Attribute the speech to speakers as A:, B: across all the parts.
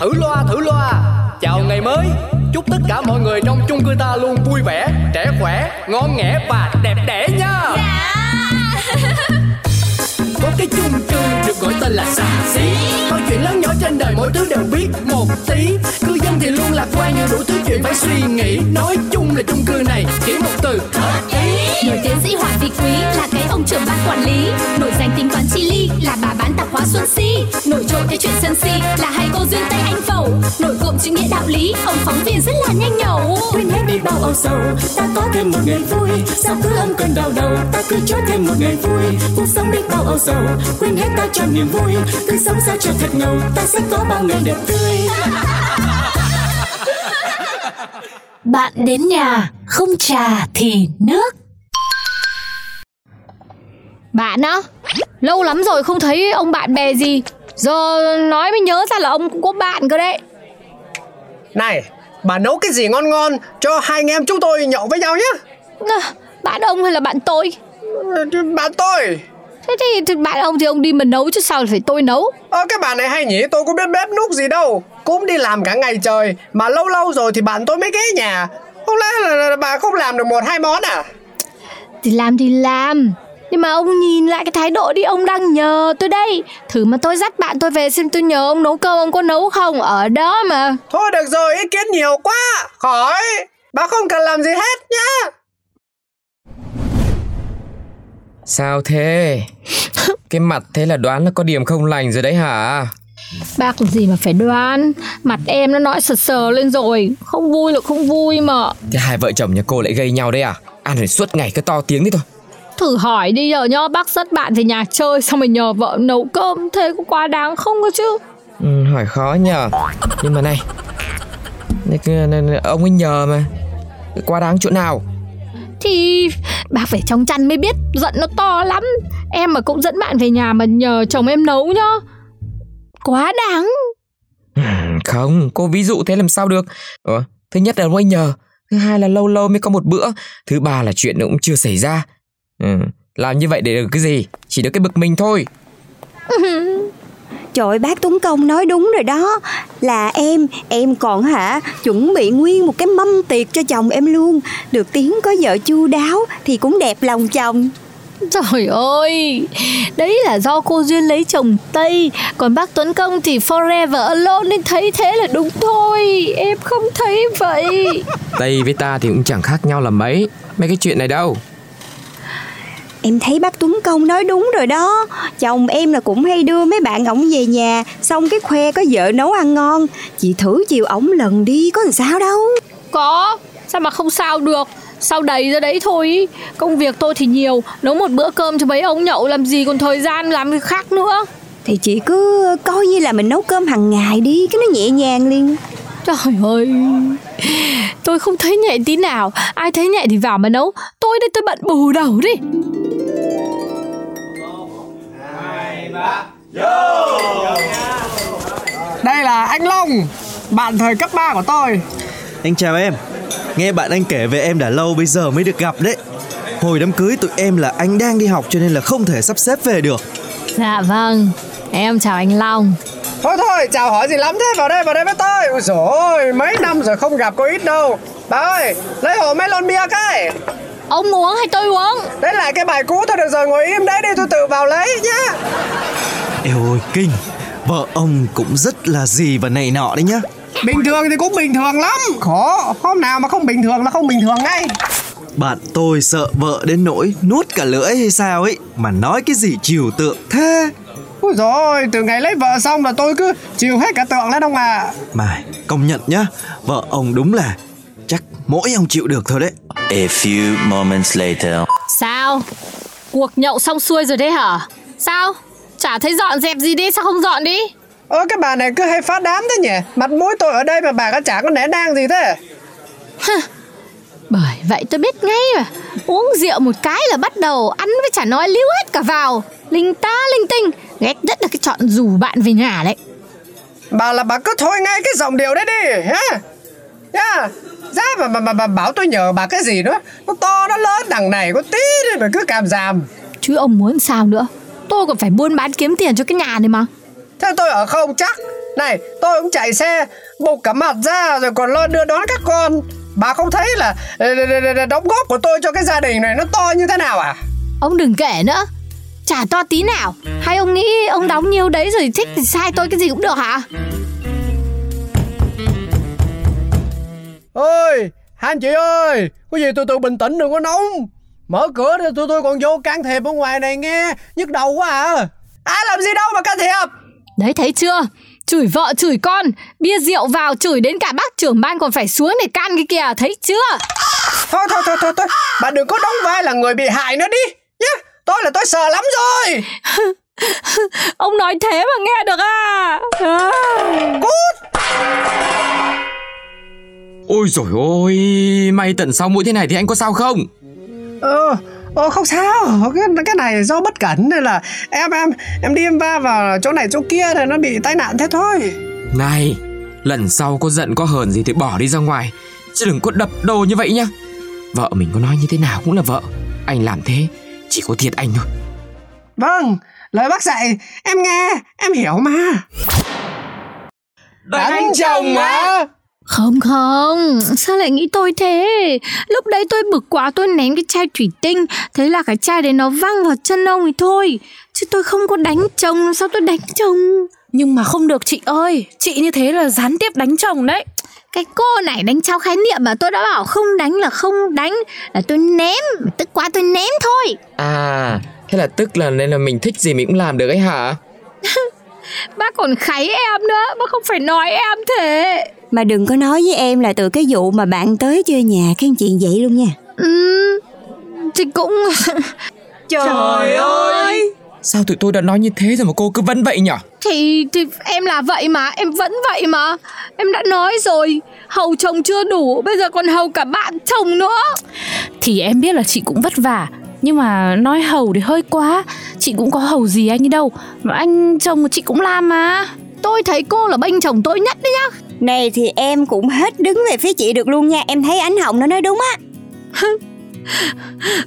A: thử loa thử loa chào ngày mới chúc tất cả mọi người trong chung cư ta luôn vui vẻ trẻ khỏe ngon nghẻ và đẹp đẽ nha có cái chung cư được gọi tên là xà xí mọi chuyện lớn nhỏ trên đời mỗi thứ đều biết một tí cư dân thì luôn lạc quan nhưng đủ thứ chuyện phải suy nghĩ nói chung là chung cư này chỉ một từ hợp ý
B: Nổi tiến sĩ Hoàng Thị Quý là cái ông trưởng ban quản lý Nổi danh tính toán chi ly là bà bán tạp hóa Xuân Si Nổi trội cái chuyện sân si là hai cô duyên tay anh phẩu Nổi cộm chữ nghĩa đạo lý, ông phóng viên rất là nhanh nhẩu
C: quên hết đi bao âu sầu ta có thêm một ngày vui sao cứ âm cơn đau đầu ta cứ cho thêm một ngày vui cuộc sống đi bao âu sầu quên hết ta cho niềm vui cứ sống sao cho thật ngầu ta sẽ có bao ngày đẹp tươi
D: Bạn đến nhà, không trà thì nước.
E: Bạn á? Lâu lắm rồi không thấy ông bạn bè gì Giờ nói mới nhớ ra là ông cũng có bạn cơ đấy
A: này bà nấu cái gì ngon ngon cho hai anh em chúng tôi nhậu với nhau nhé
E: À, Bạn ông hay là bạn tôi
A: bạn tôi
E: Thế thì, thì bạn ông thì ông đi mà nấu chứ sao phải tôi nấu
A: Ờ, cái bà này hay nhỉ, tôi cũng biết bếp núc gì đâu Cũng đi làm cả ngày trời Mà lâu lâu rồi thì bạn tôi mới ghé nhà Không lẽ là, là bà không làm được một hai món à
E: Thì làm thì làm Nhưng mà ông nhìn lại cái thái độ đi Ông đang nhờ tôi đây Thử mà tôi dắt bạn tôi về xem tôi nhờ ông nấu cơm Ông có nấu không Ở đó mà
A: Thôi được rồi, ý kiến nhiều quá Khỏi, bà không cần làm gì hết nhá
F: Sao thế? Cái mặt thế là đoán là có điểm không lành rồi đấy hả?
E: Bác làm gì mà phải đoán Mặt em nó nói sờ sờ lên rồi Không vui là không vui mà
F: Thế hai vợ chồng nhà cô lại gây nhau đấy à? Ăn phải suốt ngày cứ to tiếng thế thôi.
E: Thử hỏi đi giờ nhá Bác dắt bạn về nhà chơi Xong rồi nhờ vợ nấu cơm Thế cũng quá đáng không cơ chứ
F: Ừ, hỏi khó nhờ. Nhưng mà này, này, cái- này, này ông ấy nhờ mà. Quá đáng chỗ nào?
E: Thì bác phải trong chăn mới biết Giận nó to lắm Em mà cũng dẫn bạn về nhà mà nhờ chồng em nấu nhá Quá đáng
F: Ừ, Không, cô ví dụ thế làm sao được? Ờ, thứ nhất là ông ấy nhờ, thứ hai là lâu lâu mới có một bữa, thứ ba là chuyện nó cũng chưa xảy ra. Ừ, làm như vậy để được cái gì? Chỉ được cái bực mình thôi.
G: Trời ơi, bác Tuấn Công nói đúng rồi đó Là em, em còn hả Chuẩn bị nguyên một cái mâm tiệc cho chồng em luôn Được tiếng có vợ chu đáo Thì cũng đẹp lòng chồng
E: Trời ơi Đấy là do cô Duyên lấy chồng Tây Còn bác Tuấn Công thì forever alone Nên thấy thế là đúng thôi Em không thấy vậy
F: Tây với ta thì cũng chẳng khác nhau là mấy. Mấy cái chuyện này đâu.
G: Em thấy bác Tuấn Công nói đúng rồi đó Chồng em là cũng hay đưa mấy bạn ổng về nhà Xong cái khoe có vợ nấu ăn ngon Chị thử chiều ổng lần đi có làm sao đâu
E: Có Sao mà không sao được Sao đầy ra đấy thôi ý. Công việc tôi thì nhiều Nấu một bữa cơm cho mấy ông nhậu làm gì Còn thời gian làm việc khác nữa
G: Thì chị cứ coi như là mình nấu cơm hàng ngày đi Cái nó nhẹ nhàng liền
E: Trời ơi Tôi không thấy nhẹ tí nào Ai thấy nhẹ thì vào mà nấu Tôi đây tôi bận bù đầu đi
A: Đây là anh Long Bạn thời cấp 3 của tôi
H: Anh chào em Nghe bạn anh kể về em đã lâu bây giờ mới được gặp đấy Hồi đám cưới tụi em là anh đang đi học cho nên là không thể sắp xếp về được
E: Dạ vâng Em chào anh Long
A: Thôi thôi, chào hỏi gì lắm thế, vào đây, vào đây với tôi Ôi dồi ôi, mấy năm rồi không gặp có ít đâu Bà ơi, lấy hộ mấy lon bia cái
E: Ông uống hay tôi uống
A: Đấy là cái bài cũ thôi được rồi, ngồi im đấy đi, tôi tự vào lấy nhá
H: Eo ôi kinh Vợ ông cũng rất là gì và này nọ đấy nhá
A: Bình thường thì cũng bình thường lắm Khổ, hôm nào mà không bình thường là không bình thường ngay
H: Bạn tôi sợ vợ đến nỗi nuốt cả lưỡi hay sao ấy Mà nói cái gì chiều tượng thế
A: Ôi dồi ôi, từ ngày lấy vợ xong là tôi cứ chịu hết cả tượng lên ông à
H: Mà công nhận nhá Vợ ông đúng là chắc mỗi ông chịu được thôi đấy
I: A few moments later.
E: Sao Cuộc nhậu xong xuôi rồi đấy hả Sao Chả thấy dọn dẹp gì đi Sao không dọn đi
A: Ơ cái bà này cứ hay phát đám thế nhỉ Mặt mũi tôi ở đây mà bà có chả có nể nang gì thế
E: Bởi vậy tôi biết ngay mà Uống rượu một cái là bắt đầu Ăn với chả nói líu hết cả vào Linh ta linh tinh Ghét nhất là cái chọn rủ bạn về nhà đấy
A: Bà là bà cứ thôi ngay cái giọng điệu đấy đi ha Nha
J: Dạ,
A: Ra mà, mà, mà, mà bảo tôi nhờ bà cái gì nữa Nó to nó lớn đằng này có tí đi mà cứ cảm giảm
E: Chứ ông muốn sao nữa Tôi còn phải buôn bán kiếm tiền cho cái nhà này mà
A: Thế tôi ở không chắc
J: Này tôi cũng chạy xe Bục cả mặt ra rồi còn lo đưa đón các con Bà không thấy là ờ, đ- đ- đ- đóng góp của tôi cho cái gia đình này nó to như thế nào à
E: Ông đừng kể nữa Chả to tí nào Hay ông nghĩ ông đóng nhiêu đấy rồi thích thì sai tôi cái gì cũng được hả
J: Ôi hai anh chị ơi Có gì tôi tự bình tĩnh đừng có nóng Mở cửa thì tụi tôi còn vô can thiệp ở ngoài này nghe Nhức đầu quá à Ai làm gì đâu mà can thiệp
E: Đấy thấy chưa Chửi vợ chửi con Bia rượu vào chửi đến cả bác trưởng ban còn phải xuống để can cái kìa Thấy chưa
J: Thôi thôi thôi thôi, thôi. Bạn đừng có đóng vai là người bị hại nữa đi nhá Tôi là tôi sợ lắm rồi
E: Ông nói thế mà nghe được à, à.
F: Ôi rồi ôi, may tận sau mũi thế này thì anh có sao không?
J: Ờ, ờ không sao cái, cái này do bất cẩn nên là em em em đi em va vào chỗ này chỗ kia thì nó bị tai nạn thế thôi
F: Này, lần sau có giận có hờn gì thì bỏ đi ra ngoài Chứ đừng có đập đồ như vậy nhá Vợ mình có nói như thế nào cũng là vợ Anh làm thế chỉ có thiệt anh thôi
J: vâng lời bác dạy em nghe em hiểu mà đánh chồng á
E: Không không Sao lại nghĩ tôi thế Lúc đấy tôi bực quá tôi ném cái chai thủy tinh Thế là cái chai đấy nó văng vào chân ông thì thôi Chứ tôi không có đánh chồng Làm Sao tôi đánh chồng
K: Nhưng mà không được chị ơi Chị như thế là gián tiếp đánh chồng đấy
E: Cái cô này đánh trao khái niệm mà tôi đã bảo không đánh là không đánh Là tôi ném Tức quá tôi ném thôi
F: À, thế là tức là nên là mình thích gì mình cũng làm được ấy hả?
E: Bác còn kháy em nữa Bác không phải nói em thế
G: Mà đừng có nói với em là từ cái vụ mà bạn tới chơi nhà cái chuyện vậy luôn nha.
E: Ừ, thì cũng
G: Trời ơi!
F: Sao tụi tôi đã nói như thế rồi mà cô cứ vẫn vậy nhở?
E: Thì thì em là vậy mà, em vẫn vậy mà. Em đã nói rồi, hầu chồng chưa đủ, bây giờ còn hầu cả bạn chồng nữa.
K: Thì em biết là chị cũng vất vả Nhưng mà nói hầu thì hơi quá Chị cũng có hầu gì anh ấy đâu Mà anh chồng của chị cũng làm mà
E: Tôi thấy cô là bênh chồng tôi nhất đấy nhá.
G: Này thì em cũng hết đứng về phía chị được luôn nha. Em thấy ánh hồng nó nói đúng á.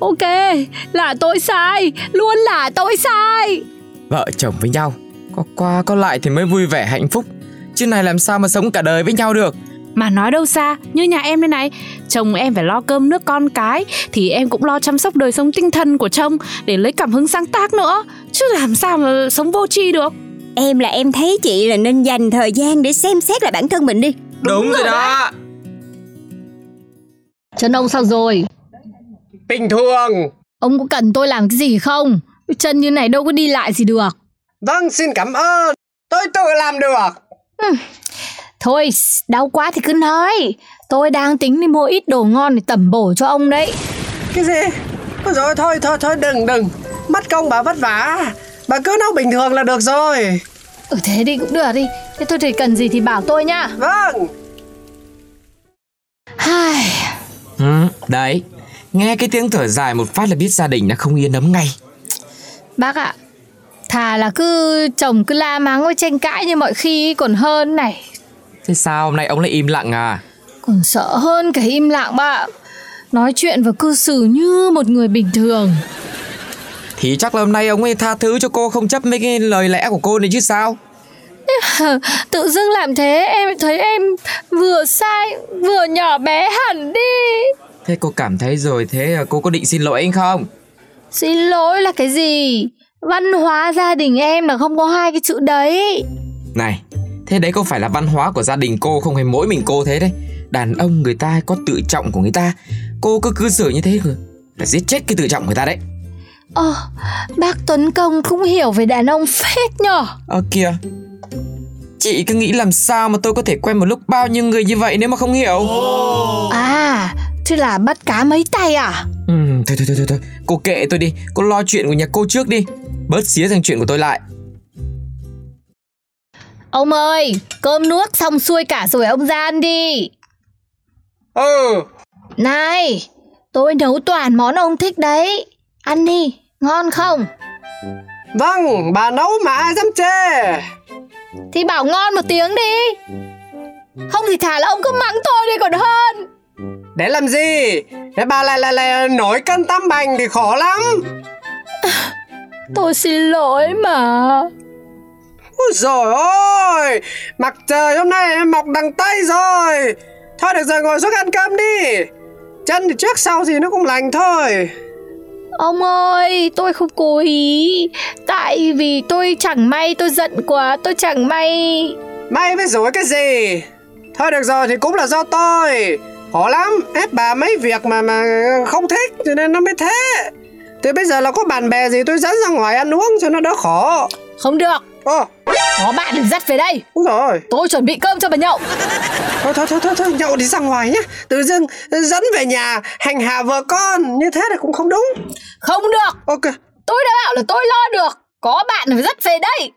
E: Ok, là tôi sai, luôn là tôi sai.
F: Vợ chồng với nhau Có qua có lại thì mới vui vẻ hạnh phúc Chứ này làm sao mà sống cả đời với nhau được
K: Mà nói đâu xa Như nhà em đây này Chồng em phải lo cơm nước con cái Thì em cũng lo chăm sóc đời sống tinh thần của chồng Để lấy cảm hứng sáng tác nữa Chứ làm sao mà sống vô tri được
G: Em là em thấy chị là nên dành thời gian để xem xét lại bản thân mình đi.
F: Đúng, rồi đó
E: Chân ông sao rồi?
J: bình thường
E: Ông có cần tôi làm cái gì không? Chân như này đâu có đi lại gì được.
J: vâng xin cảm ơn tôi tự làm được
E: Thôi, đau quá thì cứ nói. Tôi đang tính đi mua ít đồ ngon để tẩm bổ cho ông đấy.
J: cái gì Ôi rồi thôi thôi thôi đừng đừng mất công bà vất vả bà cứ nấu bình thường là được rồi
E: Ừ thế đi cũng được đi. Thế thôi thì cần gì thì bảo tôi nhá.
J: vâng
E: Hai.
F: ừ, Đấy, nghe cái tiếng thở dài một phát là biết gia đình đã không yên ấm ngay
E: Bác ạ, thà là cứ chồng cứ la mắng với tranh cãi như mọi khi ấy còn hơn này,
F: Thế sao hôm nay ông lại im lặng à?
E: còn sợ hơn cái im lặng bác ạ. Nói chuyện và cư xử như một người bình thường.
F: Thì chắc là hôm nay ông ấy tha thứ cho cô không chấp mấy cái lời lẽ của cô này chứ sao
E: Tự dưng làm thế em thấy em vừa sai vừa nhỏ bé hẳn đi.
F: Thế cô cảm thấy rồi thế là cô có định xin lỗi anh không?
E: Xin lỗi là cái gì? Văn hóa gia đình em là không có hai cái chữ đấy.
F: Này, thế đấy có phải là văn hóa của gia đình cô không hay mỗi mình cô thế đấy Đàn ông người ta có tự trọng của người ta Cô cứ cư xử như thế rồi Là giết chết cái tự trọng người ta đấy
E: Ờ, bác Tuấn Công cũng hiểu về đàn ông phết nhở.
F: Ờ kìa Chị cứ nghĩ làm sao mà tôi có thể quen một lúc bao nhiêu người như vậy nếu mà không hiểu
E: À, thế là bắt cá mấy tay à?
F: Ừ, thôi, thôi thôi thôi thôi, cô kệ tôi đi, cô lo chuyện của nhà cô trước đi. Bớt xía sang chuyện của tôi lại.
E: Ông ơi, cơm nước xong xuôi cả rồi ông ra ăn đi.
J: ừ
E: Này, tôi nấu toàn món ông thích đấy. Ăn đi, ngon không?
J: vâng bà nấu mà ai dám chê
E: Thì bảo ngon một tiếng đi. Không thì thả là ông cứ mắng tôi đi còn hơn.
J: Để làm gì? Để bà lại lại lại nổi cân tam bành thì khổ lắm.
E: Tôi xin lỗi mà.
J: Ôi dồi ôi Mặt trời hôm nay em mọc đằng Tây rồi Thôi được rồi ngồi xuống ăn cơm đi Chân thì trước sau gì nó cũng lành thôi
L: Ông ơi, tôi không cố ý Tại vì tôi chẳng may tôi giận quá Tôi chẳng may
J: May với rủi cái gì Thôi được rồi thì cũng là do tôi Khổ lắm, ép bà mấy việc mà mà không thích Cho nên nó mới thế Thì bây giờ là có bạn bè gì tôi dẫn ra ngoài ăn uống cho nó đỡ khổ
E: Không được
J: Ờ
E: Có bạn đừng dắt về đây
J: Đúng rồi
E: Tôi chuẩn bị cơm cho bà nhậu
J: Thôi thôi thôi thôi, thôi nhậu đi ra ngoài nhá Tự dưng dẫn về nhà hành hạ vợ con Như thế là cũng không đúng
E: Không được
J: Ok
E: Tôi đã bảo là tôi lo được Có bạn là phải dắt về đây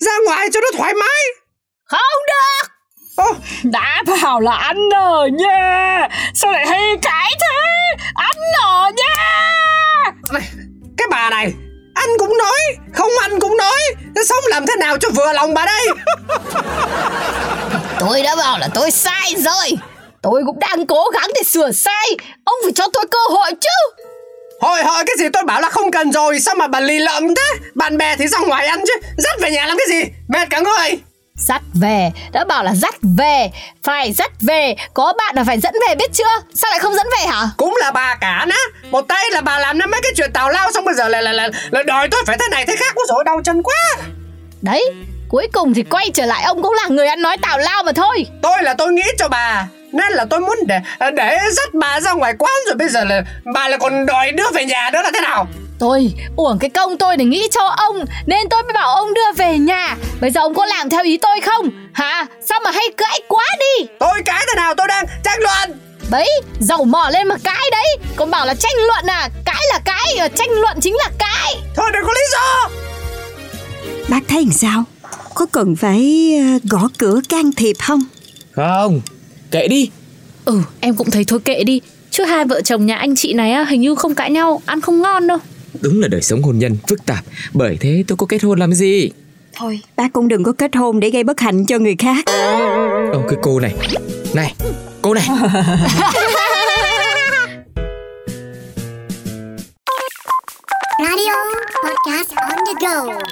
J: Ra ngoài cho nó thoải mái
E: Không được
M: Đã bảo là ăn ở nha Sao lại hay cái thế Ăn ở nha
J: Cái bà này Ăn cũng nói Không ăn cũng nói Nó sống làm thế nào cho vừa lòng bà đây
E: Tôi đã bảo là tôi sai rồi Tôi cũng đang cố gắng để sửa sai Ông phải cho tôi cơ hội chứ
J: Hồi hỏi cái gì tôi bảo là không cần rồi Sao mà bà lì lợm thế Bạn bè thì ra ngoài ăn chứ Dắt về nhà làm cái gì Mệt cả người
E: Dắt về Đã bảo là dắt về Phải dắt về Có bạn là phải dẫn về biết chưa Sao lại không dẫn về hả
J: Cũng là bà cả ná Một tay là bà làm ra mấy cái chuyện tào lao Xong bây giờ là là là, là đòi tôi phải thế này thế khác Ôi dồi ôi, đau chân quá
E: Đấy Cuối cùng thì quay trở lại ông cũng là người ăn nói tào lao mà thôi
J: Tôi là tôi nghĩ cho bà nên là tôi muốn để để dắt bà ra ngoài quán rồi bây giờ là bà là còn đòi đưa về nhà nữa là thế nào
E: Tôi uổng cái công tôi để nghĩ cho ông Nên tôi mới bảo ông đưa về nhà Bây giờ ông có làm theo ý tôi không Hả sao mà hay cãi quá đi
J: Tôi cãi thế nào tôi đang tranh luận
E: Đấy dầu mỏ lên mà cãi đấy Còn bảo là tranh luận à Cãi là cãi à, Tranh luận chính là cãi
J: Thôi đừng có lý do
G: Bác thấy làm sao? Có cần phải ờ, gõ cửa can thiệp không?
F: Không Kệ đi
K: Ừ em cũng thấy thôi kệ đi Chứ hai vợ chồng nhà anh chị này á, hình như không cãi nhau Ăn không ngon đâu
F: Đúng là đời sống hôn nhân phức tạp Bởi thế tôi có kết hôn làm gì
G: Thôi, bác cũng đừng có kết hôn để gây bất hạnh cho người khác.
F: Ông cái cô này Này Cô này
N: Radio podcast on the go.